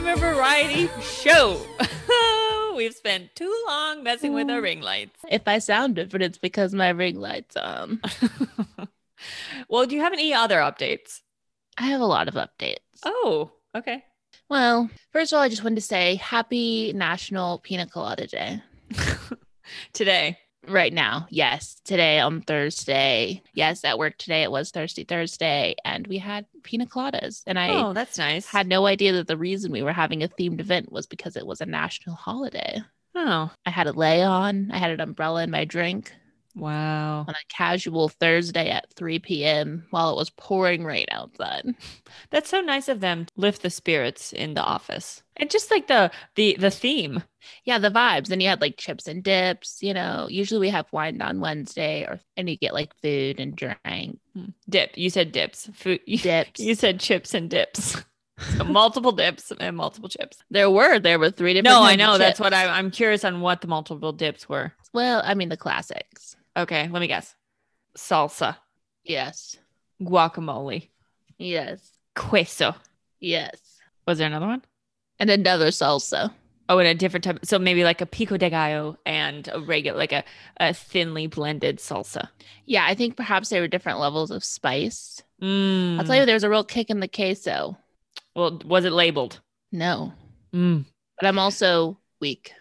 variety show. We've spent too long messing with our ring lights. If I sound different, it's because my ring lights on. well, do you have any other updates? I have a lot of updates. Oh, okay. Well, first of all, I just wanted to say happy National Pina Colada Day. Today. Right now, yes, today on Thursday. Yes, at work today, it was Thirsty Thursday, and we had pina coladas. And I oh, that's nice. had no idea that the reason we were having a themed event was because it was a national holiday. oh, I had a lay on, I had an umbrella in my drink wow. on a casual Thursday at 3 p.m. while it was pouring rain outside. That's so nice of them to lift the spirits in the office. And just like the the the theme. Yeah, the vibes. And you had like chips and dips, you know. Usually we have wine on Wednesday or and you get like food and drink, Dip. You said dips. Food. You, dips. you said chips and dips. So multiple dips and multiple chips. there were there were three different No, I kinds of know. That's chips. what I, I'm curious on what the multiple dips were. Well, I mean the classics. Okay, let me guess. Salsa, Yes. guacamole, Yes. queso. Yes. Was there another one? And another salsa. Oh, and a different type. So maybe like a pico de gallo and a regular, like a, a thinly blended salsa. Yeah, I think perhaps there were different levels of spice. Mm. I'll tell you there was a real kick in the queso. Well, was it labeled? No. Mm. But I'm also weak.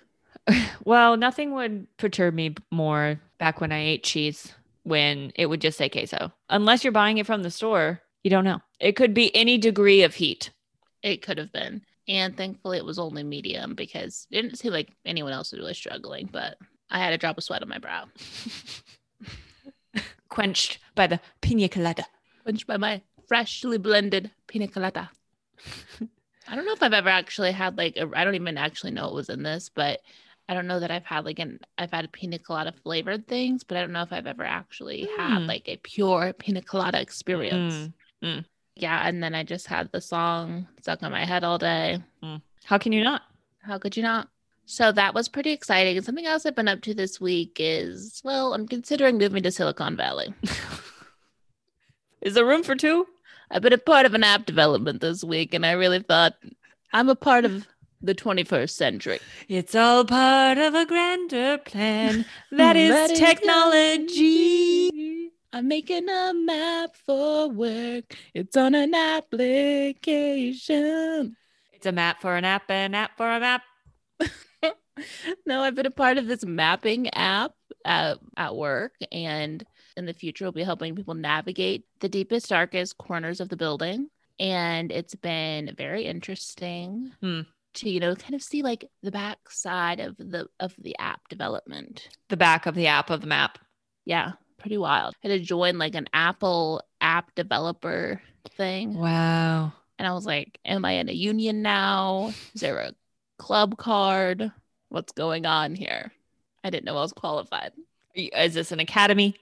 Well, nothing would perturb me b- more back when I ate cheese when it would just say queso. Unless you're buying it from the store, you don't know. It could be any degree of heat. It could have been. And thankfully it was only medium because it didn't seem like anyone else was really struggling, but I had a drop of sweat on my brow. Quenched by the pina colada. Quenched by my freshly blended pina colada. I don't know if I've ever actually had like I I don't even actually know what was in this, but I don't know that I've had like an I've had pina colada flavored things, but I don't know if I've ever actually had Mm. like a pure pina colada experience. Mm. Yeah, and then I just had the song stuck in my head all day. How can you not? How could you not? So that was pretty exciting. And something else I've been up to this week is well, I'm considering moving to Silicon Valley. Is there room for two? I've been a part of an app development this week, and I really thought I'm a part of the 21st century. It's all part of a grander plan. That is That is technology. I'm making a map for work. It's on an application. It's a map for an app, an app for a map. no, I've been a part of this mapping app at, at work, and in the future, we'll be helping people navigate the deepest, darkest corners of the building. And it's been very interesting Hmm. to, you know, kind of see like the backside of the of the app development. The back of the app of the map. Yeah, pretty wild. I had to join like an Apple app developer thing. Wow. And I was like, am I in a union now? Is there a club card? What's going on here? I didn't know I was qualified. Is this an academy?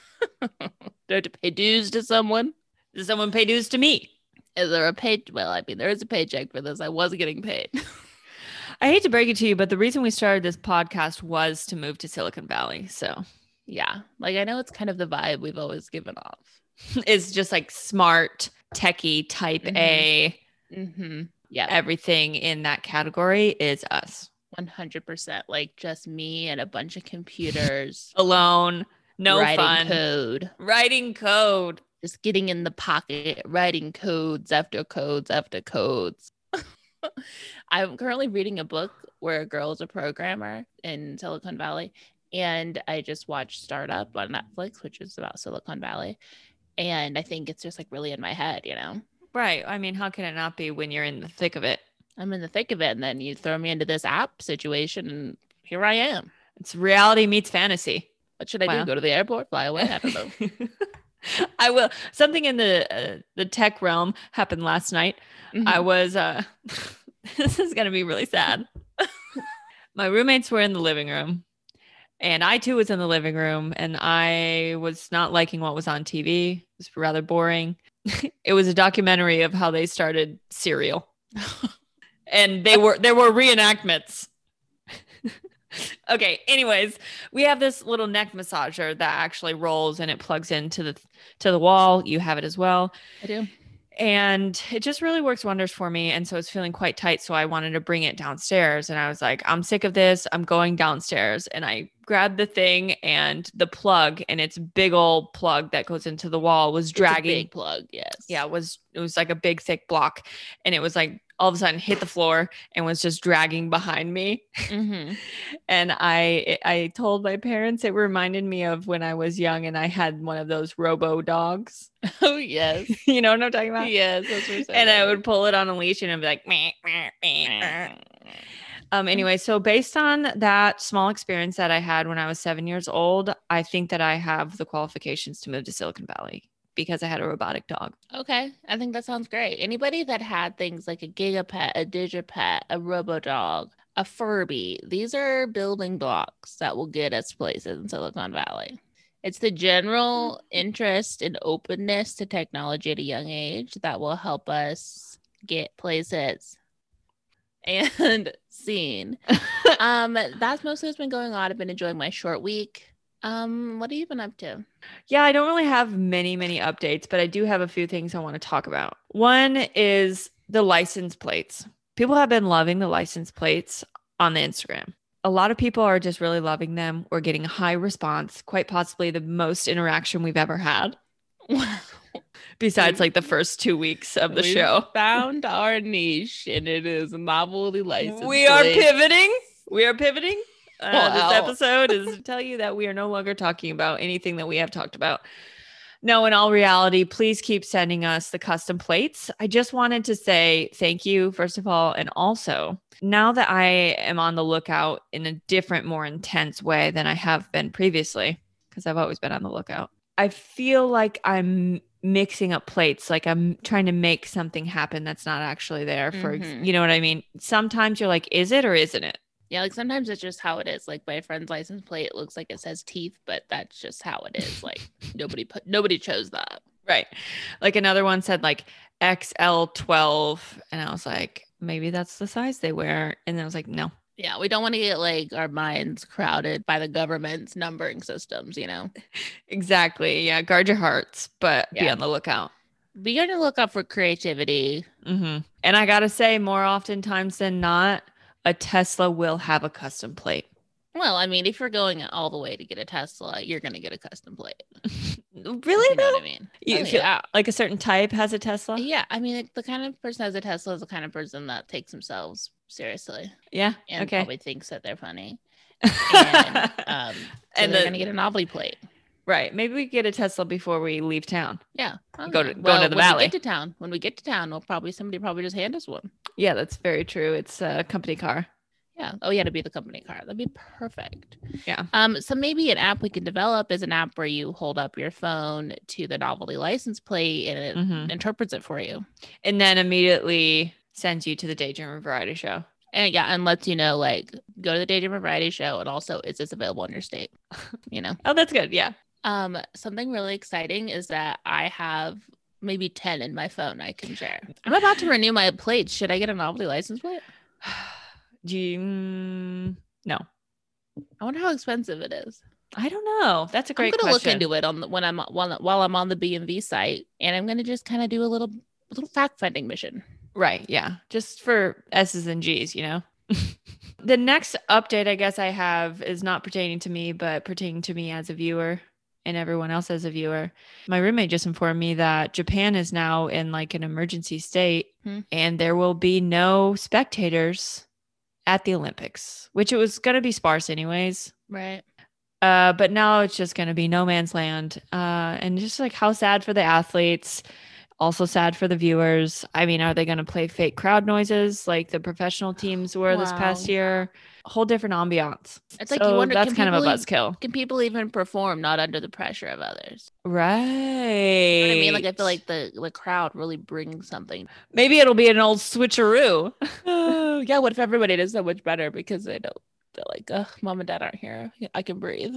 Do I have to pay dues to someone? Does someone pay dues to me? Is there a pay? Well, I mean, there is a paycheck for this. I was getting paid. I hate to break it to you, but the reason we started this podcast was to move to Silicon Valley. So yeah. Like, I know it's kind of the vibe we've always given off. it's just like smart, techie, type Mhm. A. Mm-hmm. Yeah. Everything in that category is us 100%. Like, just me and a bunch of computers. alone, no writing fun, code. writing code. just getting in the pocket, writing codes after codes after codes. I'm currently reading a book where a girl is a programmer in Silicon Valley. And I just watched Startup on Netflix, which is about Silicon Valley. And I think it's just like really in my head, you know? Right. I mean, how can it not be when you're in the thick of it? I'm in the thick of it. And then you throw me into this app situation, and here I am. It's reality meets fantasy. What should I Wow. do? Go to the airport, fly away? I don't know. I will. Something in the uh, the tech realm happened last night. Mm-hmm. I was uh this is going to be really sad. My roommates were in the living room and I too was in the living room and I was not liking what was on TV. It was rather boring. it was a documentary of how they started Serial. and they were there were reenactments. okay, anyways, we have this little neck massager that actually rolls and it plugs into the to the wall. You have it as well I do. and it just really works wonders for me and so it's feeling quite tight so i wanted to bring it downstairs and i was like i'm sick of this i'm going downstairs and i grabbed the thing and the plug and it's big old plug that goes into the wall was It's a dragging big plug. Yes. yeah it was it was like a big thick block and it was like all of a sudden hit the floor and was just dragging behind me Mhm. and i i told my parents it reminded me of when i was young and i had one of those robo dogs Oh yes. you know what i'm talking about Yes. That's what and I would pull it on a leash and it'd be like, meh, meh, meh, meh. um, anyway. So, based on that small experience that I had when I was seven years old, I think that I have the qualifications to move to Silicon Valley because I had a robotic dog. Okay, I think that sounds great. Anybody that had things like a gigapet, a digipet, a robodog, a Furby, these are building blocks that will get us places in Silicon Valley. It's the general interest and openness to technology at a young age that will help us get places and seen. um, that's mostly what's been going on. I've been enjoying my short week. Um, what have you been up to? Yeah, I don't really have many, many updates, but I do have a few things I want to talk about. One is the license plates. People have been loving the license plates on the Instagram. A lot of people are just really loving them. We're getting a high response, quite possibly the most interaction we've ever had. besides like the first two weeks of the We've show. found our niche and it is novelty license. We are plate. pivoting. We are pivoting. Uh, Wow. This episode is to tell you that we are no longer talking about anything that we have talked about. No, in all reality, please keep sending us the custom plates. I just wanted to say thank you, first of all. And also, now that I am on the lookout in a different, more intense way than I have been previously, because I've always been on the lookout, I feel like I'm mixing up plates. Like I'm trying to make something happen that's not actually there. For ex- Mhm. you know what I mean? Sometimes you're like, is it or isn't it? Yeah, like sometimes it's just how it is. Like my friend's license plate it looks like it says teeth, but that's just how it is. Like nobody put nobody chose that. Right. Like another one said like XL12. And I was like, maybe that's the size they wear. And I was like, no. Yeah, we don't want to get like our minds crowded by the government's numbering systems, you know. Exactly. Yeah. Guard your hearts, but be Yeah. on the lookout. We got to look up for creativity. hmm And I got to say, more oftentimes than not, a Tesla will have a custom plate. Well, I mean, if you're going all the way to get a Tesla, you're going to get a custom plate. Really? You know though? what I mean? You Oh, feel- yeah. Like a certain type has a Tesla? Yeah, I mean, like, the kind of person that's a Tesla is the kind of person that takes themselves seriously Yeah. and okay. probably thinks that they're funny. And, um, and And they're the- gonna get a novelty plate. Right. Maybe we get a Tesla before we leave town. Yeah, Oh, Go to- yeah. go to the when valley. We get to town. When we get to town, we'll probably somebody probably just hand us one. Yeah, that's very true. It's a company car. Yeah. Oh yeah, to be the company car. That'd be perfect. Yeah. Um. So maybe an app we can develop is an app where you hold up your phone to the novelty license plate and it Mhm. interprets it for you. And then immediately sends you to the Daydreamer Variety Show. And yeah, and lets you know like go to the Daydreamer Variety Show and also is this available in your state? You know. Oh, that's good. Yeah. Um, something really exciting is that I have maybe 10 in my phone I can share. I'm about to renew my plates. Should I get a novelty license plate? Do you, mm, no, I wonder how expensive it is. I don't know. That's a great I'm gonna question. look into it on the, when I'm while, while I'm on the B and V site, and I'm gonna just kind of do a little little fact finding mission. Right. Yeah. Just for S's and G's, you know? the next update I guess I have is not pertaining to me, but pertaining to me as a viewer and everyone else as a viewer. My roommate just informed me that Japan is now in like an emergency state Hmm. and there will be no spectators at the Olympics, which it was going to be sparse anyways. Right. Uh, but now it's just going to be no man's land. Uh, and just like how sad for the athletes, also sad for the viewers. I mean, are they going to play fake crowd noises like the professional teams were this past Wow. year? Whole different ambiance. It's like you wonder that's can kind of a people e- buzzkill, Can people even perform not under the pressure of others? right? You know what I mean, like I feel like the the crowd really brings something. maybe it'll be an old switcheroo. Oh, yeah. What if everybody does so much better because they don't? They're like, ugh, mom and dad aren't here. I can breathe.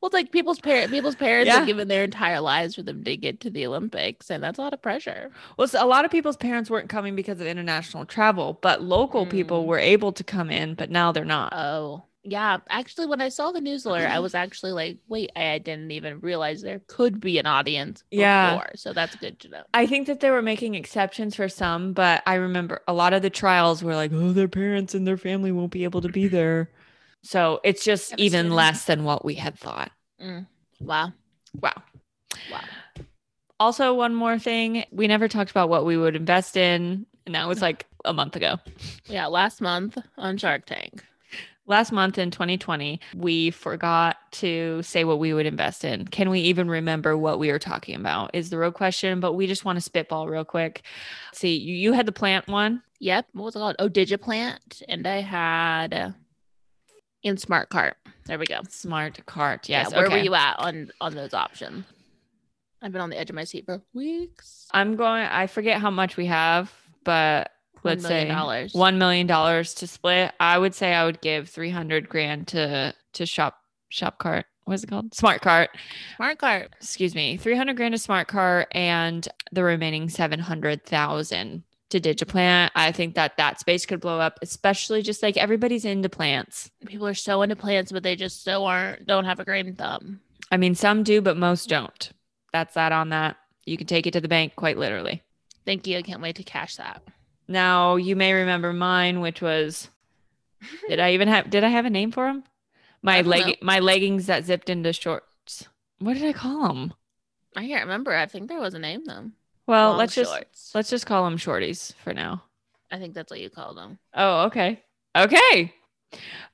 Well, it's like people's parents, people's parents Yeah. have given their entire lives for them to get to the Olympics, and that's a lot of pressure. Well, so a lot of people's parents weren't coming because of international travel, but local people Mm. were able to come in, but now they're not. Oh, Yeah, actually, when I saw the newsletter, I was actually like, wait, I didn't even realize there could be an audience. Yeah. Before, so that's good to know. I think that they were making exceptions for some, but I remember a lot of the trials were like, oh, their parents and their family won't be able to be there. So it's just even Devastating. less than what we had thought. Mm. Wow. Wow. Wow. Also, one more thing we never talked about what we would invest in. And that Mm-hmm. was like a month ago. Yeah. Last month on Shark Tank. Last month in 2020, we forgot to say what we would invest in. Can we even remember what we were talking about? Is the real question, but we just want to spitball real quick. See, you, you had the plant one. Yep. What was it called? Oh, Digiplant. And I had uh, in Smart Cart. There we go. Smart cart. Yes. Yeah, where okay. were you at on on those options? I've been on the edge of my seat for weeks. I'm going, I forget how much we have, but let's $1 million say dollars. $1 million to split. I would say I would give 300 grand to, to shop, shop cart. What is it called? Smart cart. Smart Cart. excuse me, 300 grand to smart car and the remaining 700,000 to digiplant. I think that that space could blow up, especially just like everybody's into plants. People are so into plants, but they just so aren't. Don't have a green thumb. I mean, some do, but most don't. That's that on that. You can take it to the bank quite literally. Thank you. I can't wait to cash that. Now, you may remember mine, which was did I even have did I have a name for them? I My don't leg know. my leggings that zipped into shorts. What did I call them? I can't remember. I think there was a name though. Well, Long let's just shorts. let's just call them shorties for now. I think that's what you call them. Oh, okay. Okay. It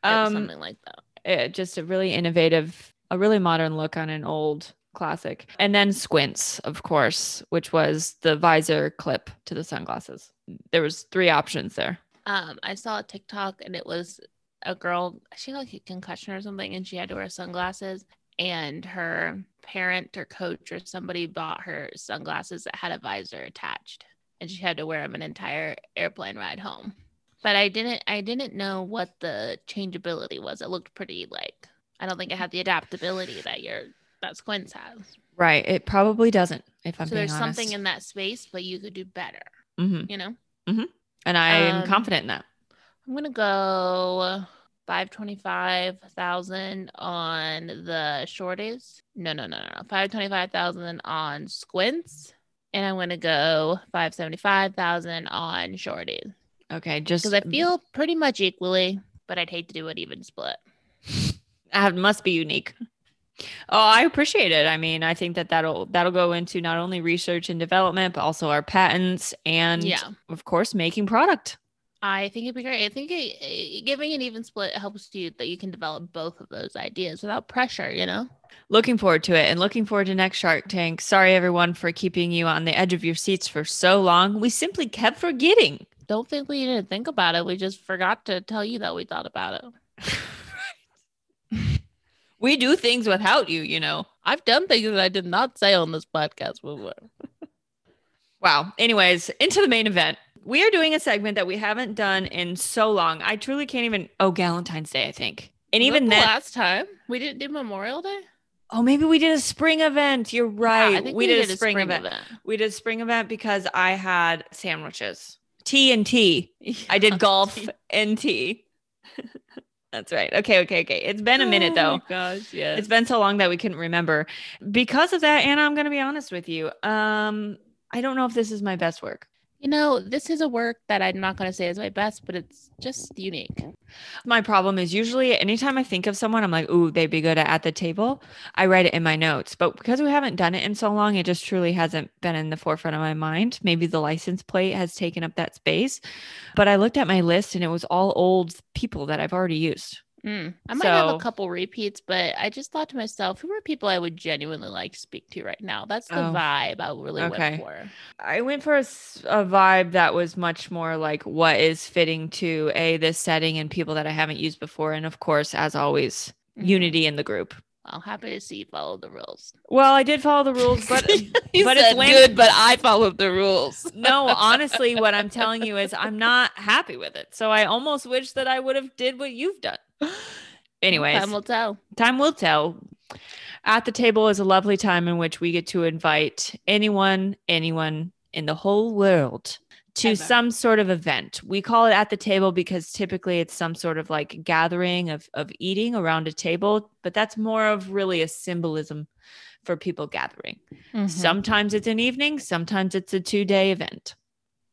was Um something like that. eh, just a really innovative, a really modern look on an old classic. And then squints, of course, which was the visor clip to the sunglasses. There was three options there. Um, I saw a TikTok and it was a girl. She had like a concussion or something, and she had to wear sunglasses. And her parent or coach or somebody bought her sunglasses that had a visor attached, and she had to wear them an entire airplane ride home. But I didn't. I didn't know what the changeability was. It looked pretty like. I don't think it had the adaptability that your that squints has. Right. It probably doesn't, if I'm so being there's honest. something in that space, but you could do better. Mhm. You know, And I am Um, confident in that. I'm gonna go five twenty five thousand on the shorties. No, no, no, no, no. Five twenty five thousand on squints, and I'm gonna go five seventy five thousand on shorties Okay. Just because I feel pretty much equally, but I'd hate to do an even split. that must be unique. Oh, I appreciate it. I mean, I think that that'll that'll go into not only research and development, but also our patents and, yeah, of course, making product. I think it'd be great. I think it, it- giving an even split helps you that you can develop both of those ideas without pressure. You know. looking forward to it and looking forward to next Shark Tank. Sorry, everyone, for keeping you on the edge of your seats for so long. We simply kept forgetting. Don't think we didn't think about it. We just forgot to tell you that we thought about it. We do things without you, you know. I've done things that I did not say on this podcast before. Wow. Anyways, into the main event. We are doing a segment that we haven't done in so long. I truly can't even. Oh, Valentine's Day, I think. And even the then, last time we didn't do Memorial Day. oh, maybe we did a spring event. You're Yeah, right. I think we, did, a spring, event. We did a spring event because I had sandwiches, tea and tea. I did golf and tea. That's right. Okay, okay, okay. It's been a minute though. Oh gosh, yeah. It's been so long that we couldn't remember. Because of that, Anna, I'm going to be honest with you. Um, I don't know if this is my best work. you know, this is a work that I'm not going to say is my best, but it's just unique. My problem is usually anytime I think of someone, I'm like, ooh, they'd be good at, at the table. I write it in my notes. But because we haven't done it in so long, it just truly hasn't been in the forefront of my mind. Maybe the license plate has taken up that space. But I looked at my list and it was all old people that I've already used. Mm. I might have So- a couple repeats, but I just thought to myself, who are people I would genuinely like to speak to right now? That's the Oh. vibe I really Okay. went for. I went for a, s- a vibe that was much more like what is fitting to a this setting and people that I haven't used before, and of course, as always, Mhm. unity in the group. I'm happy to see you follow the rules. Well, I did follow the rules, but You But it's said when- good, but I followed the rules. no, honestly, what I'm telling you is I'm not happy with it. So I almost wish that I would have did what you've done. Anyways, Time will tell. time will tell. At the table is a lovely time in which we get to invite anyone, anyone in the whole world to Ever. some sort of event. We call it at the table because typically it's some sort of like gathering of of eating around a table, but that's more of really a symbolism for people gathering. Mm-hmm. Mm-hmm. Sometimes it's an evening, sometimes it's a two day event.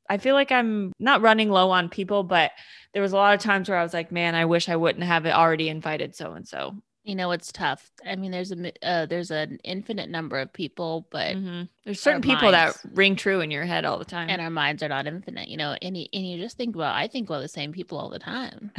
I feel like I'm not running low on people, but there was a lot of times where I was like, man, I wish I wouldn't have it already invited so and so. you know it's tough i mean there's a mi- uh, there's an infinite number of people but There's certain people minds. that ring true in your head all the time. Mm-hmm. and our minds are not infinite you know and you, and you just think well i think well the same people all the time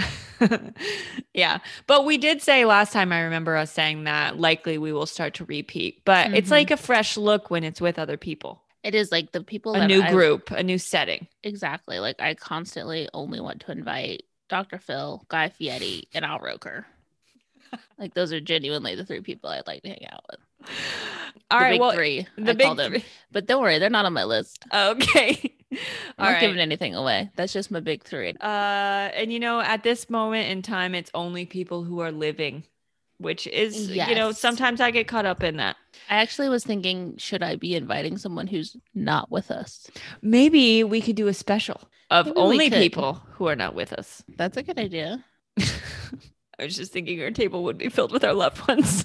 yeah. But we did say last time, I remember us saying that likely we will start to repeat, but it's Mhm. like a fresh look when it's with other people, it is like the people a that new I- group, a new setting. exactly like i constantly only want to invite dr phil guy fieri and al roker like those are genuinely the three people i'd like to hang out with All the right. big Well, three the I big call them. three. but don't worry they're not on my list Okay. i'm All not right. giving anything away that's just my big three Uh, and you know, at this moment in time, it's only people who are living, which is, you know, Yes. sometimes I get caught up in that. i actually was thinking should i be inviting someone who's not with us Maybe we could do a special of Maybe we only could. people who are not with us. that's a good idea I was just thinking our table would be filled with our loved ones.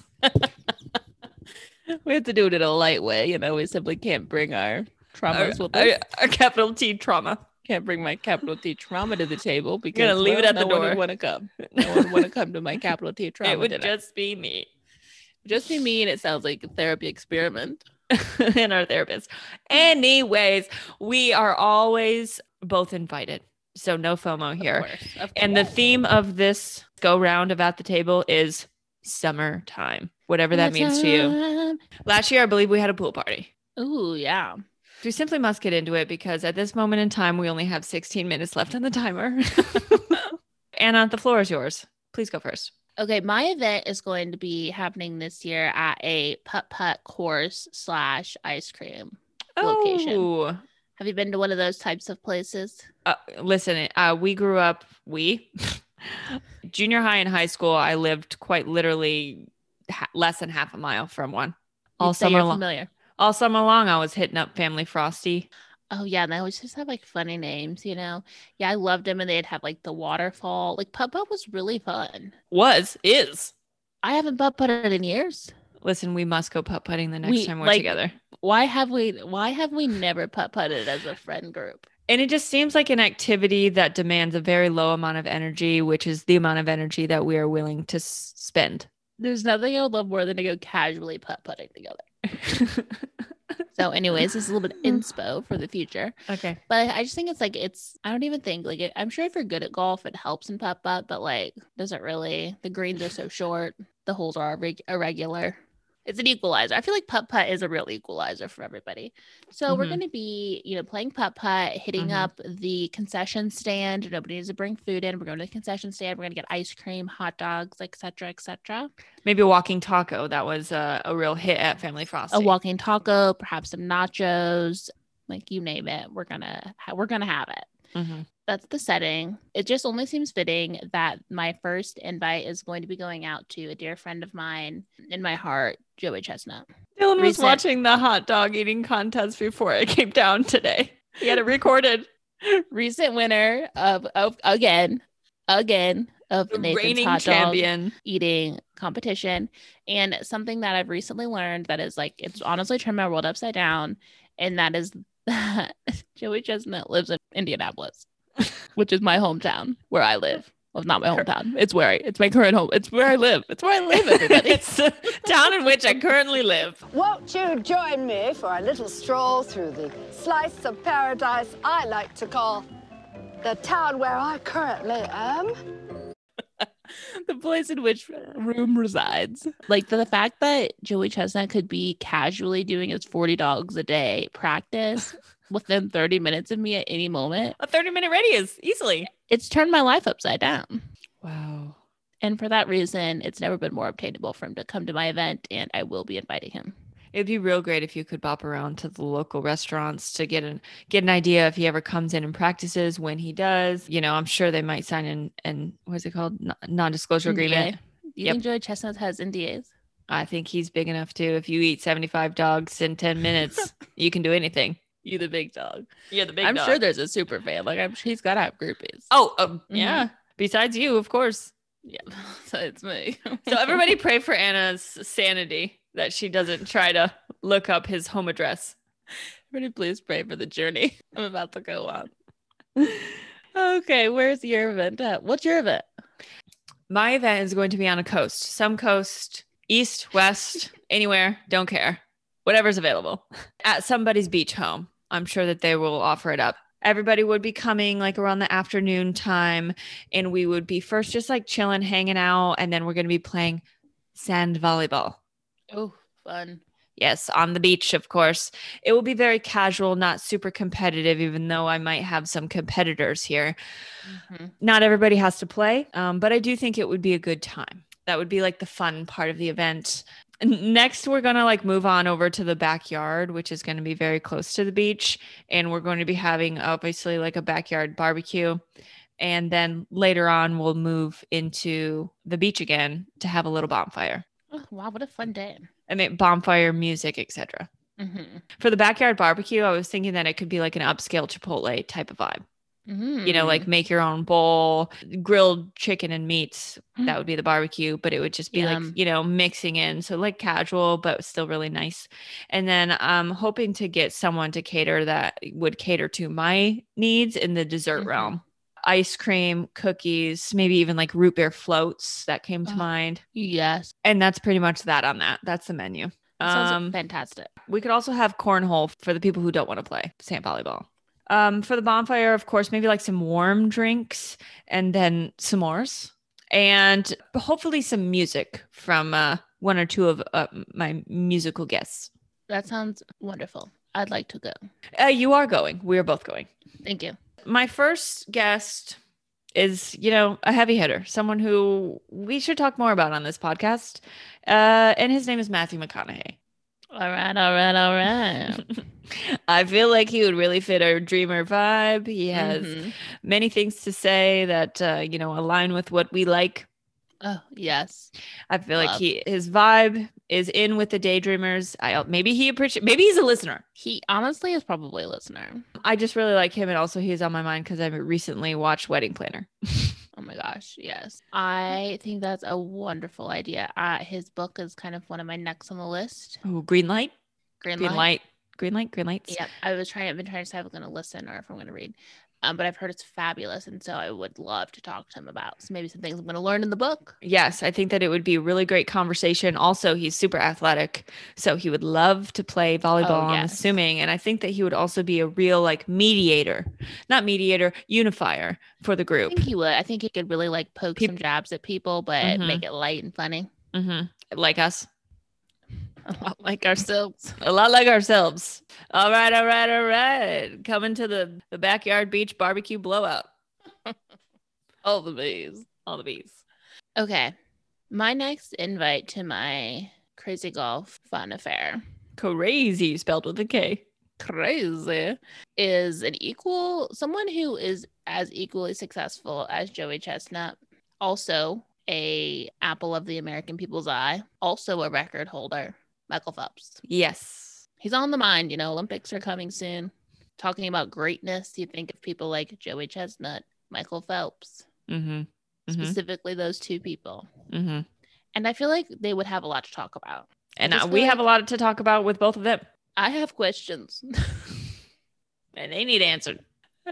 we have to do it in a light way you know we simply can't bring our Our, traumas with us our, our capital T trauma. can't bring my capital T trauma to the table because gonna leave it well, at the no door. want to come. No one want to come to my capital T trauma it would dinner. just be me Just be me, and it sounds like a therapy experiment. and our therapist. Anyways, we are always both invited. So no FOMO Of here. course, of And the course. theme of this go round of at the table is summertime, whatever that means to you. Last year, I believe we had a pool party. Ooh, yeah. We simply must get into it because at this moment in time, we only have 16 minutes left on the timer. Anna, the floor is yours. Please go first. Okay, my event is going to be happening this year at a putt putt course slash ice cream. Location. Oh, Have you been to one of those types of places? uh, listen, uh, we grew up, we, junior high and high school, I lived quite literally ha- less than half a mile from one. All You'd say summer you're long. familiar. All summer long, I was hitting up Family Frosty. Oh yeah, and they always just have like funny names, you know. Yeah, I loved them, and they'd have like the waterfall. Like putt putt was really fun. Was, is. I haven't butt putted in years. Listen, we must go putt putting the next We- time we're like- together. Why have we? Why have we never putt putted as a friend group? And it just seems like an activity that demands a very low amount of energy, which is the amount of energy that we are willing to s- spend. There's nothing I would love more than to go casually putt putting together. So, anyways, this is a little bit inspo for the future. okay. But I just think it's like it's. I don't even think like it, I'm sure if you're good at golf, it helps in putt putt. But like, does it really? The greens are so short. The holes are irreg- irregular. It's an equalizer. I feel like putt putt is a real equalizer for everybody. So we're Mhm. going to be, you know, playing putt putt, hitting Mhm. up the concession stand. Nobody needs to bring food in. We're going to the concession stand. We're going to get ice cream, hot dogs, etc., etc. Maybe walking taco. That was uh, a real hit at Family Frosty. A walking taco, perhaps some nachos, like you name it. We're gonna ha- we're gonna have it. Mhm. that's the setting. It just only seems fitting that my first invite is going to be going out to a dear friend of mine in my heart, Joey Chestnut. Dylan was Recent- watching the hot dog eating contest before I came down today. He had it recorded. Recent winner of, of again, again of the The Nathan's reigning hot dog champion. eating competition. And something that I've recently learned that is like it's honestly turned my world upside down, and that is that Joey Chestnut lives in Indianapolis, which is my hometown where I live. Well, not my hometown. It's where I, it's my current home. It's where I live. It's where I live, everybody. it's the town in which I currently live. Won't you join me for a little stroll through the slice of paradise I like to call the town where I currently am? the place in which room resides. Like the fact that Joey Chestnut could be casually doing his 40 dogs a day practice within 30 minutes of me at any moment, A 30 minute radius, easily. it's turned my life upside down. Wow. And for that reason, it's never been more obtainable for him to come to my event, and I will be inviting him. It'd be real great if you could bop around to the local restaurants to get an get an idea if he ever comes in and practices when he does. You know, I'm sure they might sign in and what's it called N- Mm, non-disclosure agreement. NDA. You Yep. think Joey Chestnut has NDAs? I think he's big enough too. If you eat 75 dogs in 10 minutes, you can do anything. you the big dog. You're the big I'm dog. sure there's a super fan. Like I'm he's gotta have groupies. Oh, um, Mm-hmm. yeah. Besides you, of course. yeah. so it's me. So everybody pray for Anna's sanity that she doesn't try to look up his home address. everybody please pray for the journey I'm about to go on. okay, where's your event at? What's your event? My event is going to be on a coast, some coast, east, west, anywhere, don't care. Whatever's available at somebody's beach home. I'm sure that they will offer it up. Everybody would be coming like around the afternoon time, and we would be first just like chilling, hanging out, and then we're going to be playing sand volleyball. Oh, fun. Yes, on the beach, of course. It will be very casual, not super competitive, even though I might have some competitors here. Mhm. Not everybody has to play, um, but I do think it would be a good time. That would be like the fun part of the event. N- Next, we're going to like move on over to the backyard, which is going to be very close to the beach. And we're going to be having obviously like a backyard barbecue. And then later on, we'll move into the beach again to have a little bonfire. Oh, wow, what a fun day. I mean, bonfire music, etc. Mhm. For the backyard barbecue, I was thinking that it could be like an upscale Chipotle type of vibe. Mm-hmm. You know, Mm. like make your own bowl, grilled chicken and meats. That would be the barbecue, but it would just be Yum. like, you know, mixing in. So like casual, but still really nice. And then I'm hoping to get someone to cater that would cater to my needs in the dessert Mhm. realm. Ice cream, cookies, maybe even like root beer floats that came to Oh. mind. yes. And that's pretty much that on that. That's the menu. That sounds Um, fantastic. we could also have cornhole for the people who don't want to play sand volleyball. Um, for the bonfire, of course, maybe like some warm drinks and then s'mores, and hopefully some music from uh, one or two of uh, my musical guests. That sounds wonderful. I'd like to go. Uh, you are going. We are both going. Thank you. My first guest is, you know, a heavy hitter, someone who we should talk more about on this podcast, uh, and his name is Matthew McConaughey. All right, all right, all right. I feel like he would really fit our dreamer vibe. He has Mhm. many things to say that uh, you know align with what we like. Oh, yes. I feel like Love. he his vibe is in with the daydreamers. I maybe he appreciate maybe he's a listener. He honestly is probably a listener. I just really like him, and also he's on my mind because I recently watched Wedding Planner. Oh my gosh, yes. I think that's a wonderful idea. Uh, his book is kind of one of my next on the list. Oh, green light, Green, green Light. light, green light, green lights. Yep. I was trying, I've been trying to decide if I'm going to listen or if I'm going to read. Um, but I've heard it's fabulous. And so I would love to talk to him about so maybe some things I'm going to learn in the book. Yes, I think that it would be a really great conversation. Also, he's super athletic, so he would love to play volleyball, I'm yes. assuming. And I think that he would also be a real like mediator, not mediator, unifier for the I group. think he would. I think he could really like poke Peop- some jabs at people, but Mhm. make it light and funny. Oh hmm Like us, A lot like ourselves. a lot like ourselves. All right, all right, all right. Coming to the, the backyard beach barbecue blowout. All the bees. All the bees. Okay. My next invite to my crazy golf fun affair. Crazy spelled with a K. crazy is an equal someone who is as equally successful as joey chestnut also a apple of the american people's eye also a record holder michael phelps Yes. he's on the mind you know olympics are coming soon talking about greatness you think of people like joey chestnut michael phelps Mm-hmm. Mm-hmm. specifically those two people mm-hmm. and i feel like they would have a lot to talk about And just uh, feel we have a like- lot to talk about with both of them, i have questions and they need answered.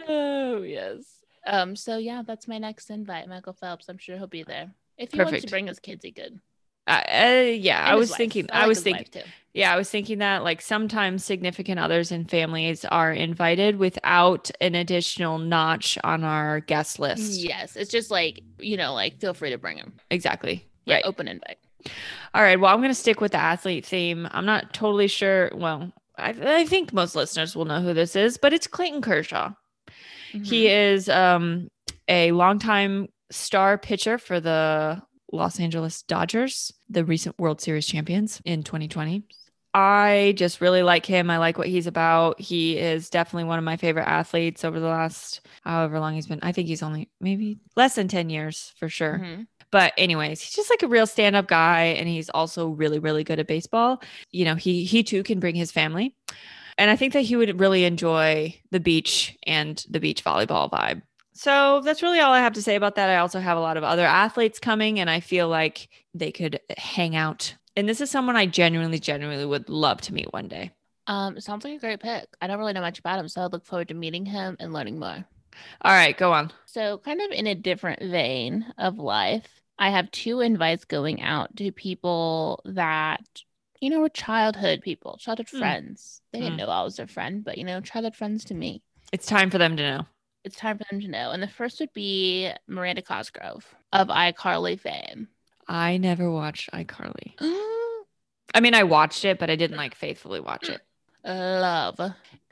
Oh yes. Um. So yeah, that's my next invite, Michael Phelps. I'm sure he'll be there. If he wants Perfect. to bring his kids, he could. Uh, uh, yeah, I And his was wife. thinking. like I was his thinking. wife, too. Yeah, I was thinking that like sometimes significant others and families are invited without an additional notch on our guest list. Yes, it's just like you know, like feel free to bring him. Exactly. Yeah, right. open invite. All right. Well, I'm going to stick with the athlete theme. I'm not totally sure. Well, I, I think most listeners will know who this is, but it's Clayton Kershaw. Mm-hmm. He is um, a longtime star pitcher for the Los Angeles Dodgers, the recent World Series champions in 2020. I just really like him. I like what he's about. He is definitely one of my favorite athletes over the last however long he's been. I think he's only maybe less than 10 years for sure. Mhm. But anyways, he's just like a real stand-up guy and he's also really really good at baseball. You know, he he too can bring his family. And I think that he would really enjoy the beach and the beach volleyball vibe. So that's really all I have to say about that. I also have a lot of other athletes coming, and I feel like they could hang out. And this is someone I genuinely, genuinely would love to meet one day. Um, sounds like a great pick. I don't really know much about him, so I look forward to meeting him and learning more. All right, go on. So, kind of in a different vein of life, I have two invites going out to people that, you know, were childhood people, childhood Hmm. friends. They didn't Hmm. know I was their friend, but, you know, childhood friends to me. It's time for them to know. It's time for them to know. And the first would be Miranda Cosgrove of iCarly fame. I never watched iCarly. I mean, I watched it, but I didn't like faithfully watch it. love.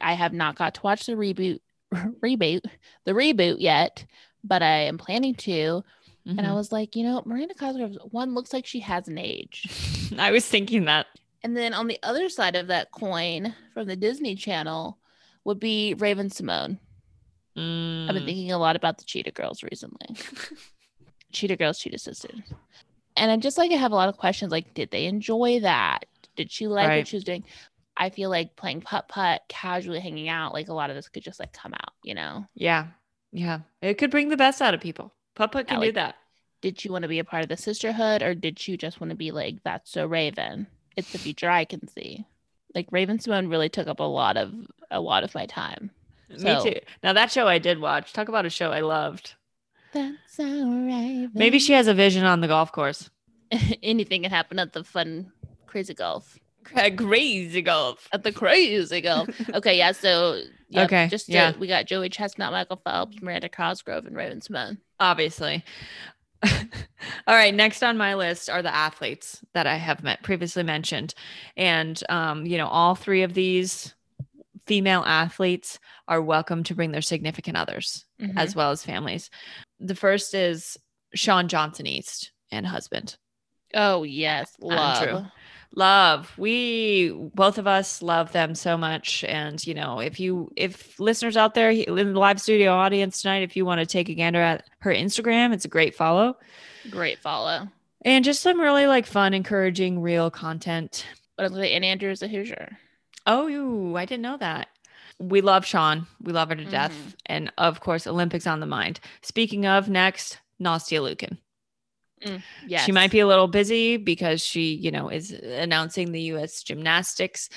I have not got to watch the reboot reboot the reboot yet, but I am planning to. And I was like, you know, Miranda Cosgrove one looks like she has an age. Mhm. I was thinking that. And then on the other side of that coin from the Disney Channel would be Raven Simone. I've been Mm. thinking a lot about the Cheetah Girls recently. Cheetah Girls, Cheetah Sisters. And I just like I have a lot of questions like, did they enjoy that? Did she like Right. what she was doing? I feel like playing putt putt, casually hanging out, like a lot of this could just like come out, you know? Yeah. Yeah. It could bring the best out of people. Puppet can Yeah, do like- that. Did you want to be a part of the sisterhood or did you just want to be like, that's so Raven? It's the future I can see. Like Raven Simone really took up a lot of a lot of my time. So- Me too. Now that show I did watch. Talk about a show I loved. That's all right. Maybe she has a vision on the golf course. anything can happen at the fun crazy golf. Crazy golf. At the crazy golf. Okay, yeah. So yeah, Okay, just yeah. yeah. we got Joey Chestnut, Michael Phelps, Miranda Cosgrove, and Raven Simone. Obviously. All right. Next on my list are the athletes that I have met previously mentioned. And, um, you know, all three of these female athletes are welcome to bring their significant others Mm-hmm. as well as families. The first is Sean Johnson East and husband. oh yes, love. Andrew. love we both of us love them so much and you know if you if listeners out there in the live studio audience tonight if you want to take a gander at her instagram it's a great follow Great follow. and just some really like fun encouraging real content But I was gonna say, and Andrew is a Hoosier. oh you i didn't know that Mm-hmm. we love sean we love her to Mhm. death and of course olympics on the mind speaking of next nastia lukin Yes. she might be a little busy because she you know is announcing the us gymnastics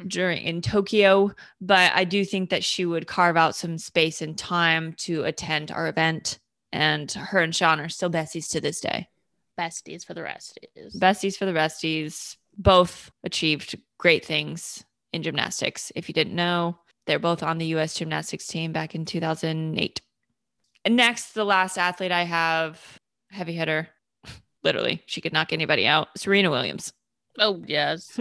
Mhm. during in Tokyo, but I do think that she would carve out some space and time to attend our event. And her and Sean are still besties to this day. besties for the resties. Besties for the resties. Both achieved great things in gymnastics. If you didn't know, they're both on the US gymnastics team back in 2008. And next, the last athlete I have, heavy hitter. Literally, she could knock anybody out. Serena Williams. oh yes.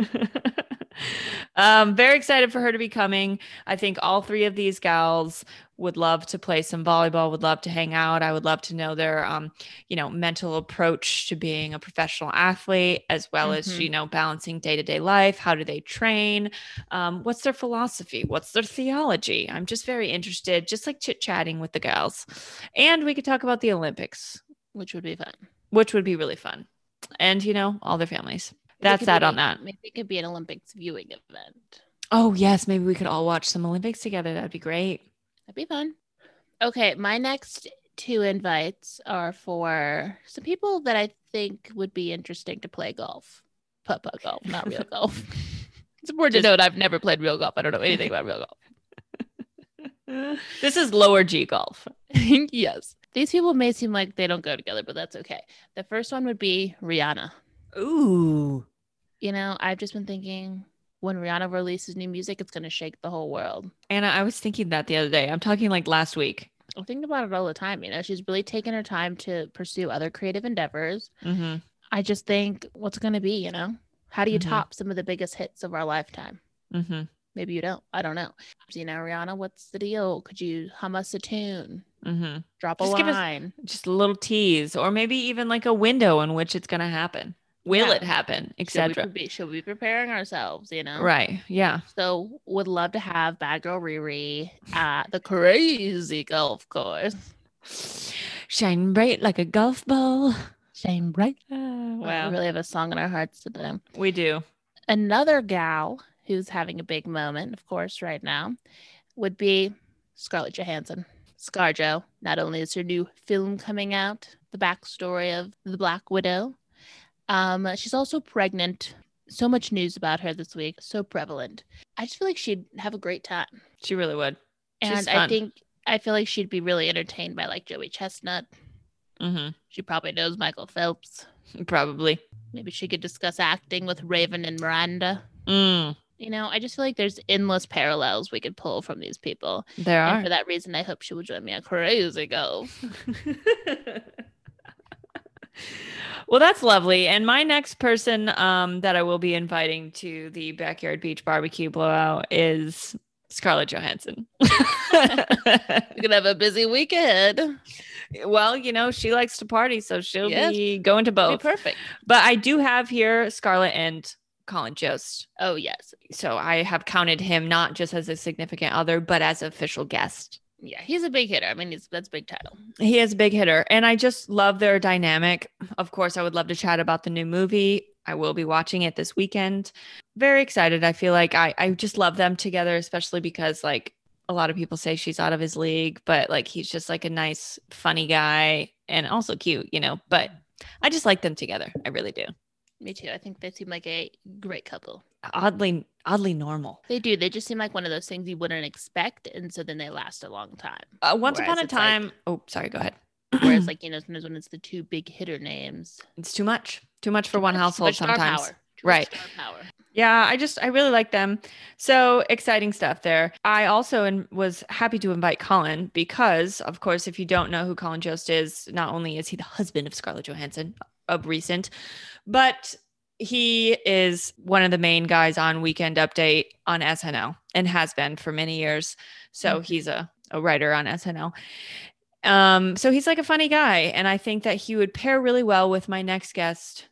um, very excited for her to be coming. I think all three of these gals would love to play some volleyball, would love to hang out. I would love to know their, um, you know, mental approach to being a professional athlete, as well as, Mhm. you know, balancing day to day life. How do they train? Um, what's their philosophy? What's their theology? I'm just very interested, just like chit chatting with the gals. And we could talk about the Olympics, Which would be fun. which would be really fun. And, you know, all their families. They That's could that be- on that. Maybe it could be an Olympics viewing event. Oh, yes. Maybe we could all watch some Olympics together. That'd be great. That'd be fun. Okay, my next two invites are for some people that I think would be interesting to play golf. Putt putt golf, not real golf. It's important Just- to note I've never played real golf. I don't know anything about real golf. This is lower G golf. yes. These people may seem like they don't go together, but that's okay. The first one would be Rihanna. Ooh. You know, I've just been thinking when Rihanna releases new music, it's going to shake the whole world. Anna, I was thinking that the other day. I'm talking like last week. I think about it all the time. You know, she's really taken her time to pursue other creative endeavors. Mm-hmm. I just think what's going to be, you know? How do you Mhm. top some of the biggest hits of our lifetime? Mm-hmm. Maybe you don't. I don't know. You know, Rihanna, what's the deal? Could you hum us a tune? Mm-hmm. Drop a Just give us- line. Just a little tease, or maybe even like a window in which it's going to happen. Will Yeah. it happen, Should we, etc. pre- should we be preparing ourselves, you know? Right. Yeah. So would love to have Bad Girl Riri at the crazy golf course. Shine bright like a golf ball. Shame, right? Ah, Wow. wow. We really have a song in our hearts today. We do. Another gal who's having a big moment, of course, right now, would be Scarlett Johansson. ScarJo. Not only is her new film coming out, the backstory of the Black Widow, um, she's also pregnant. So much news about her this week, so prevalent. I just feel like she'd have a great time. She really would. She's And I fun. think I feel like she'd be really entertained by like Joey Chestnut. Mm-hmm. She probably knows Michael Phelps. Probably. Maybe she could discuss acting with Raven and Miranda. Mm, You know, I just feel like there's endless parallels we could pull from these people. there And are. for that reason, I hope she will join me on Crazy Golf. well, that's lovely. And my next person um, that I will be inviting to the backyard beach barbecue blowout is Scarlett Johansson. We could have a busy weekend. well, you know, she likes to party, so she'll Yes. be going to Be both. perfect. but I do have here Scarlett and Colin Jost. Oh yes, So I have counted him not just as a significant other, but as official guest. yeah. He's a big hitter. I mean, he's that's a big title. He is a big hitter, and I just love their dynamic. Of course, I would love to chat about the new movie. I will be watching it this weekend. Very excited. I feel like I I just love them together, especially because like a lot of people say she's out of his league, but like he's just like a nice, funny guy and also cute, you know. But I just like them together. I really do. Me too. I think they seem like a great couple. Oddly, oddly normal. They do. They just seem like one of those things you wouldn't expect, and so then they last a long time. Uh, once Whereas upon a it's like- time. oh, sorry. Go ahead. Whereas, like you know, sometimes when it's the two big hitter names it's too much. Too much for Too one much- too household much star sometimes. power. Too much Right. star power. Yeah, I just I really like them. So exciting stuff there. I also in, was happy to invite Colin because, of course, if you don't know who Colin Jost is, not only is he the husband of Scarlett Johansson uh, of recent, but he is one of the main guys on Weekend Update on SNL and has been for many years. So Mhm. he's a, a writer on SNL. Um, so he's like a funny guy, and I think that he would pair really well with my next guest,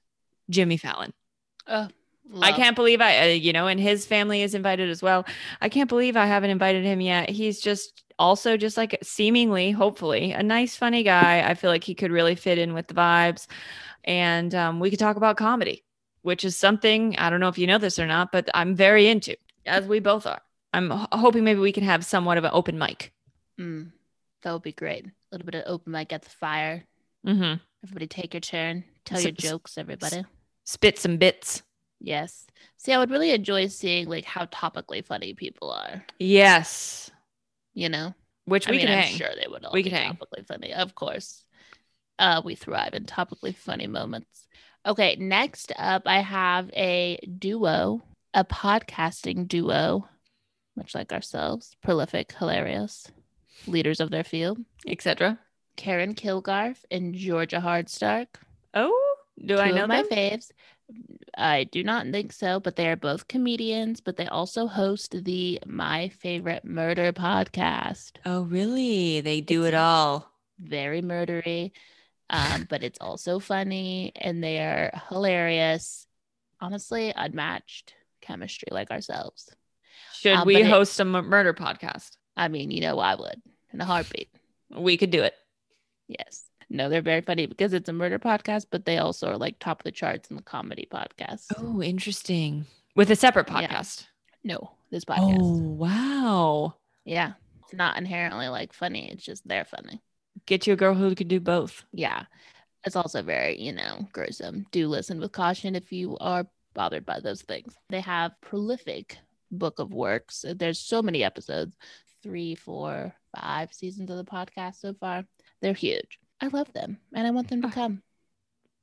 Jimmy Fallon. Oh, I love. can't believe I, uh, you know, and his family is invited as well. I can't believe I haven't invited him yet. He's just also just like seemingly, hopefully, a nice, funny guy. I feel like he could really fit in with the vibes. And um, we could talk about comedy, which is something I don't know if you know this or not, but I'm very into, as we both are. I'm h- hoping maybe we can have somewhat of an open mic. Mm, that would be great. A little bit of open mic at the fire. Mm-hmm. Everybody take your turn. Tell S- your s- jokes, everybody. Spit some bits. Yes. See, I would really enjoy seeing like how topically funny people are. Yes. You know, Which I we mean, can I'm hang. sure they would all We be could hang. topically funny, of course. Uh, we thrive in topically funny moments. Okay, next up, I have a duo, a podcasting duo, much like ourselves, prolific, hilarious, leaders of their field. Etc. Karen Kilgarth and Georgia Hardstark. Oh, do two I know of my them? faves. I do not think so, but they are both comedians, but they also host the My Favorite Murder podcast. Oh, really? They do It's- it all. Very murdery, um, but it's also funny and they are hilarious. Honestly, unmatched chemistry like ourselves. Should Uh, we but it- host a m- murder podcast? I mean, you know, I would in a heartbeat. We could do it. Yes. No, they're very funny because it's a murder podcast, but they also are like top of the charts in the comedy podcast. Oh, interesting. With a separate Yeah, podcast. No, this Oh. podcast. wow. Yeah. It's not inherently like funny. It's just they're funny. Get you a girl who could do both. Yeah. It's also very, you know, gruesome. Do listen with caution if you are bothered by those things. They have prolific book of works. There's so many episodes, three, four, five seasons of the podcast so far. They're huge. I love them and I want them to Ah. come.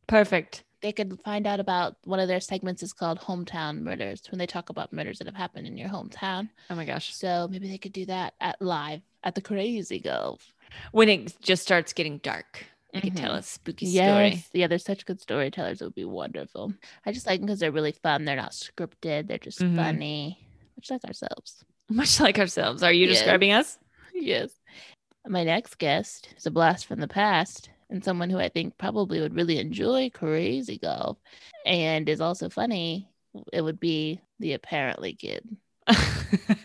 Perfect. They could find out about one of their segments is called Hometown Murders when they talk about murders that have happened in your hometown. Oh my gosh. So maybe they could do that at live at the Crazy Gulf. When it just starts getting dark, you can tell Mhm. a spooky Yes. story. Yeah, they're such good storytellers. It would be wonderful. I just like them because they're really fun. They're not scripted. They're just Mhm. funny, much like ourselves. Much like ourselves. Are you Yes. describing us? yes. My next guest is a blast from the past and someone who I think probably would really enjoy crazy golf and is also funny. It would be the apparently kid.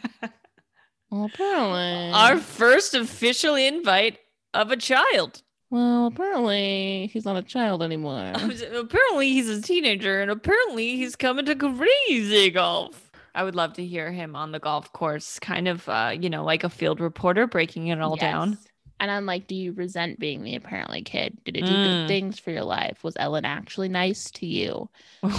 Well, apparently. Our first official invite of a child. well, apparently he's not a child anymore. Oh, Apparently, he's a teenager, and apparently, he's coming to crazy golf. I would love to hear him on the golf course, kind of, uh, you know, like a field reporter breaking it all down. Yes. And I'm like, do you resent being the apparently kid? Did it do Mm. good things for your life? Was Ellen actually nice to you?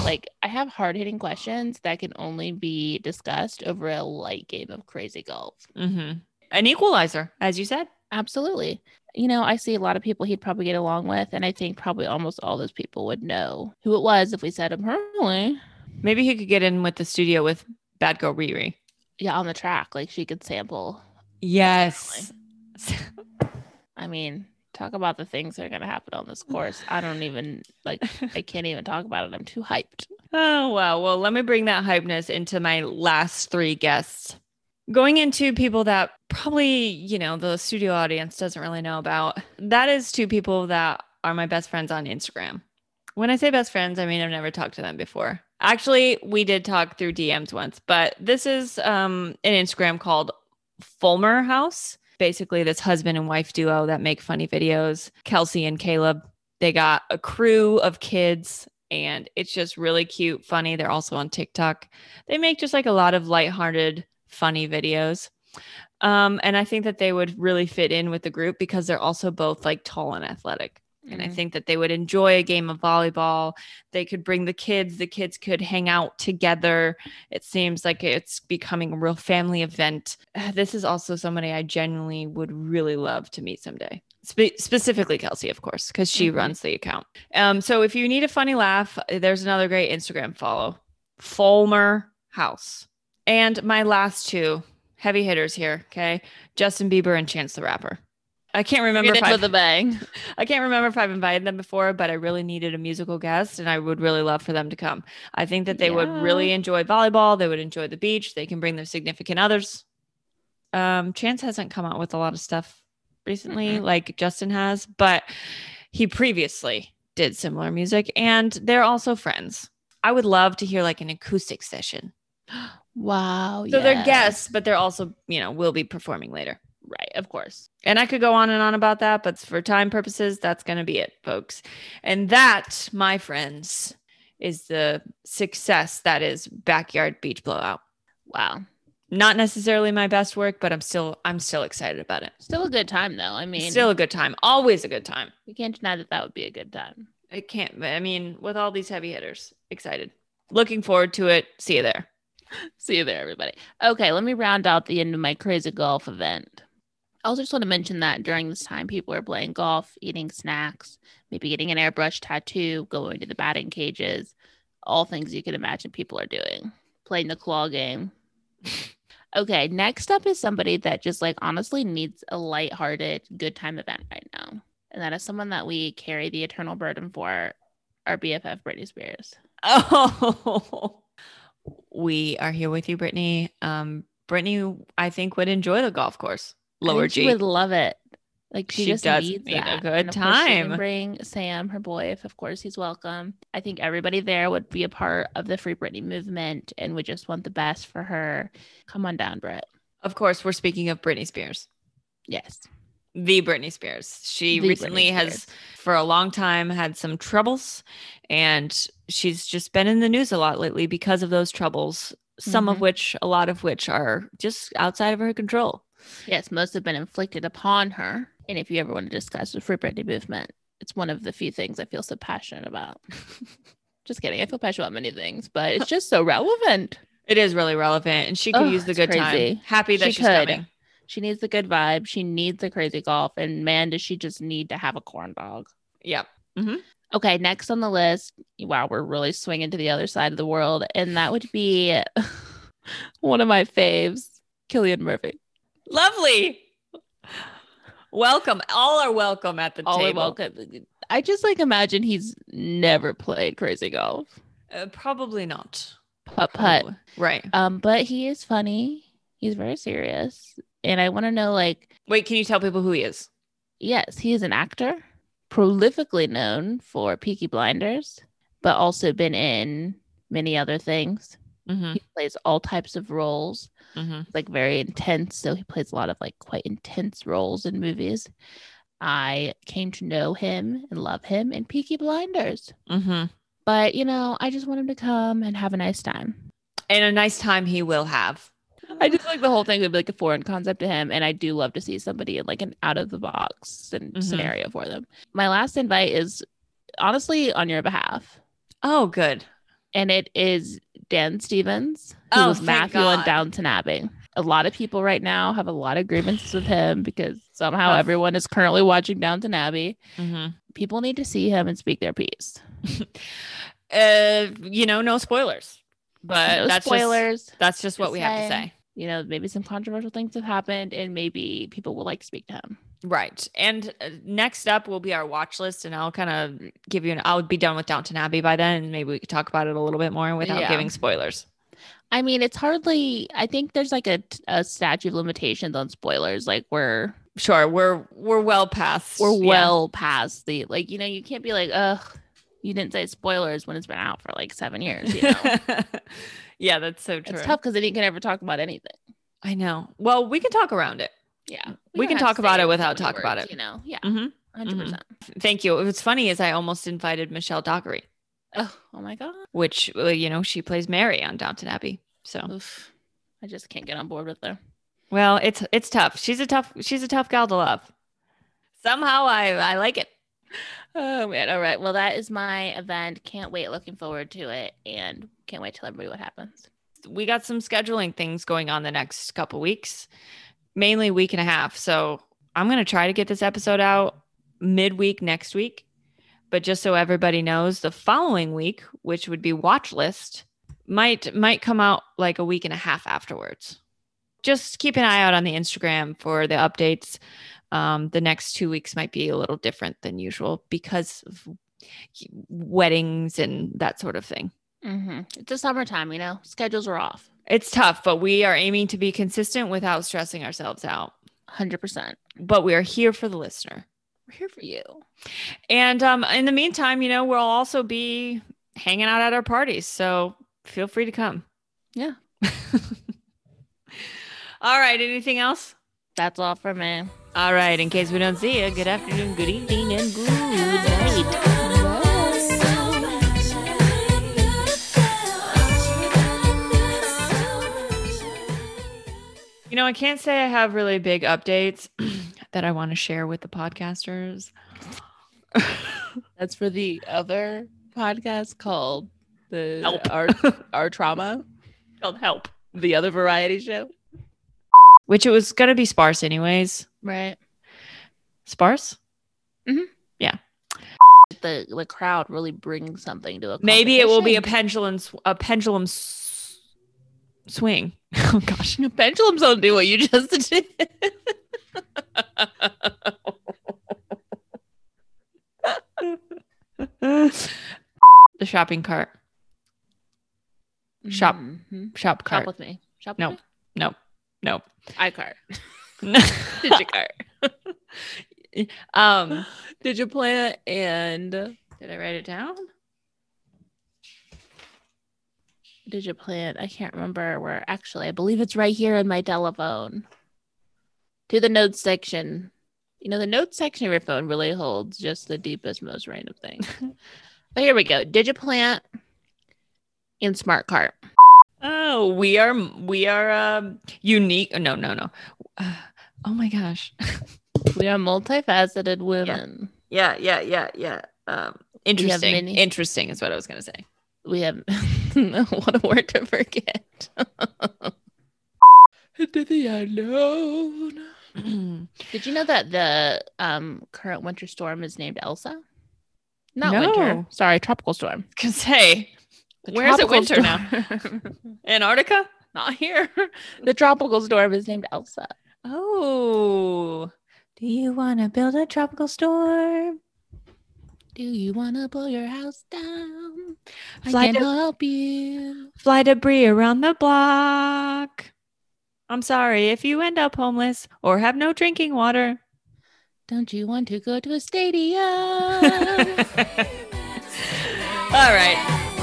like, I have hard hitting questions that can only be discussed over a light game of crazy golf. Mhm. an equalizer, as you said. Absolutely. You know, I see a lot of people he'd probably get along with, and I think probably almost all those people would know who it was if we said apparently. Maybe he could get in with the studio with Bad Girl Riri. Yeah, on the track, like she could sample. Yes. I mean, talk about the things that are gonna happen on this course. I don't even like. I can't even talk about it. I'm too hyped. Oh, wow. Well, let me bring that hypeness into my last three guests. Going into people that probably, you know, the studio audience doesn't really know about, that is two people that are my best friends on Instagram. When I say best friends, I mean, I've never talked to them before. Actually, we did talk through DMs once, but this is um, an Instagram called Fulmer House. Basically, this husband and wife duo that make funny videos, Kelsey and Caleb. They got a crew of kids and it's just really cute, funny. They're also on TikTok. They make just like a lot of lighthearted, funny videos. Um, and I think that they would really fit in with the group because they're also both like tall and athletic. And Mm-hmm. I think that they would enjoy a game of volleyball. They could bring the kids, the kids could hang out together. It seems like it's becoming a real family event. This is also somebody I genuinely would really love to meet someday. Spe- specifically Kelsey, of course, because she Mhm. runs the account. Um, so if you need a funny laugh, there's another great Instagram follow, Fulmer House. And my last two heavy hitters here, okay? Justin Bieber and Chance the Rapper. I can't remember Get if it I with a bang. I can't remember if I've invited them before, but I really needed a musical guest and I would really love for them to come. I think that they would Yeah. really enjoy volleyball. They would enjoy the beach. They can bring their significant others. Um, Chance hasn't come out with a lot of stuff recently, Mm-mm. like Justin has, but he previously did similar music and they're also friends. I would love to hear like an acoustic session. Wow. So they're yes. guests, but they're also, you know, will be performing later. Right. Of course. And I could go on and on about that, but for time purposes, that's going to be it, folks. And that, my friends, is the success that is Backyard Beach Blowout. Wow. Not necessarily my best work, but I'm still I'm still excited about it. Still a good time, though. I mean, It's still a good time. Always a good time. we can't deny that that would be a good time. It can't I mean, with all these heavy hitters, excited. Looking forward to it. See you there. See you there, everybody. Okay, let me round out the end of my crazy golf event. I also just want to mention that during this time, people are playing golf, eating snacks, maybe getting an airbrush tattoo, going to the batting cages, all things you can imagine people are doing, playing the claw game. okay, next up is somebody that just like honestly needs a lighthearted, good time event right now. And that is someone that we carry the eternal burden for, our BFF, Britney Spears. Oh, we are here with you, Brittany. Um, Brittany, I think would enjoy the golf course. I Lower think G. She would love it. Like she, She just does needs need a that. good And of course, she can time. Bring Sam, her boy, if of course he's welcome. I think everybody there would be a part of the Free Britney movement and would just want the best for her. Come on down, Britt. Of course, we're speaking of Britney Spears, Yes. the Britney Spears. She the recently Britney has, Spears. for a long time, had some troubles, and she's just been in the news a lot lately because of those troubles. Some of Mhm. which, a lot of which, are just outside of her control. Yes, most have been inflicted upon her. And if you ever want to discuss the Free Britney movement, it's one of the few things I feel so passionate about. just kidding. I feel passionate about many things, but it's just so relevant. It is really relevant, and she could Ugh, use the it's good time. crazy. Happy that She she's could. coming. She needs the good vibe. She needs the crazy golf. And man, does she just need to have a corn dog. Yep. Okay, next on the list. Wow, we're really swinging to the other side of the world. And that would be one of my faves, Killian Murphy. Lovely. Welcome. All are welcome at the All are table. welcome. I just like imagine he's never played crazy golf, Uh, probably not. putt Oh, putt. Probably. Right. Um, but he is funny. He's very serious. And I want to know like Wait, can you tell people who he is? Yes, he is an actor, prolifically known for Peaky Blinders, but also been in many other things. Mm-hmm. He plays all types of roles, Mm-hmm. like very intense. So he plays a lot of like quite intense roles in movies. I came to know him and love him in Peaky Blinders. Mm-hmm. But, you know, I just want him to come and have a nice time. and a nice time he will have. I just like the whole thing would be like a foreign concept to him. And I do love to see somebody in like an out of the box and Mhm. scenario for them. My last invite is honestly on your behalf. Oh, good. And it is Dan Stevens, who Oh, was thank Matthew God. on Downton Abbey. A lot of people right now have a lot of grievances with him because somehow Tough. everyone is currently watching Downton Abbey. Mhm. People need to see him and speak their piece. Uh, you know, no spoilers, but no Uh, that's Just, spoilers. that's just what we have to Saying. say. you know, maybe some controversial things have happened and maybe people would like to speak to him. Right. And uh, next up will be our watch list, and I'll kind of give you an. I'll be done with Downton Abbey by then, and maybe we could talk about it a little bit more without Yeah. giving spoilers. I mean, it's hardly, I think there's like a, a statute of limitations on spoilers. Like we're, Sure, we're we're well past. we're yeah. well past the, like, you know, you can't be like, ugh, you didn't say spoilers when it's been out for like seven years. You know? yeah, that's so true. it's tough because then you can never talk about anything. I know. Well, we can talk around it. Yeah. Mm. We don't can have talk to about say it so without many talk about words, it. You know? Yeah. Mhm. 100%. percent Thank you. What's funny is I almost invited Michelle Dockery, Oh, oh my God. which uh, you know she plays Mary on Downton Abbey. So Oof. Oh. I just can't get on board with her. well, it's it's tough. She's a tough she's a tough gal to love. Somehow I I like it. Oh man. All right. Well, that is my event. Can't wait. Looking forward to it and can't wait to tell everybody what happens. We got some scheduling things going on the next couple weeks, mainly week and a half. So I'm gonna try to get this episode out midweek next week. But just so everybody knows, the following week, which would be watch list, might might come out like a week and a half afterwards. Just keep an eye out on the Instagram for the updates. Um, the next two weeks might be a little different than usual because of weddings and that sort of thing. hmm It's the summertime, you know, schedules are off. It's tough, but we are aiming to be consistent without stressing ourselves out. 100%. But we are here for the listener. We're here for you. And um, in the meantime, you know, we'll also be hanging out at our parties. So feel free to come. Yeah. All right. Anything else? That's all for me. All right. In case we don't see you, good afternoon, good evening, and good night. You know, I can't say I have really big updates that I want to share with the podcasters. That's for the other podcast called the Help. our our trauma, Called help. the other variety show. Which it was going to be sparse, anyways. Right. Sparse? The the crowd really brings something to a Maybe it will be a competition. pendulum, sw- a pendulum s- swing. Oh gosh. pendulums don't do what you just did. the shopping cart, Shop. Mhm. shop Shop cart. with me. Shop No. with no. me. iCart. Digicart. um, Did you plan and did I write it down? did you plan? I can't remember where. Actually, I believe it's right here in my telephone. To the notes section. You know, the notes section of your phone really holds just the deepest, most random thing. but here we go. Digiplant and Smart Cart. Oh, we are we are um, unique. No, no, no. Uh, oh my gosh. We are multifaceted women. Yeah, yeah, yeah, yeah. Um, interesting. many- Interesting is what I was gonna say. We have what a word to forget. to the unknown. Did you know that the um, current winter storm is named Elsa? Not winter. No. Sorry, tropical storm. Cause hey, The Where is it tropical winter storm- Antarctica. Not here. The tropical storm is named Elsa. Oh, do you wanna build a tropical storm? Do you want to blow your house down? Fly I can to- help you. Fly debris around the block. I'm sorry if you end up homeless or have no drinking water. Don't you want to go to a stadium? All right.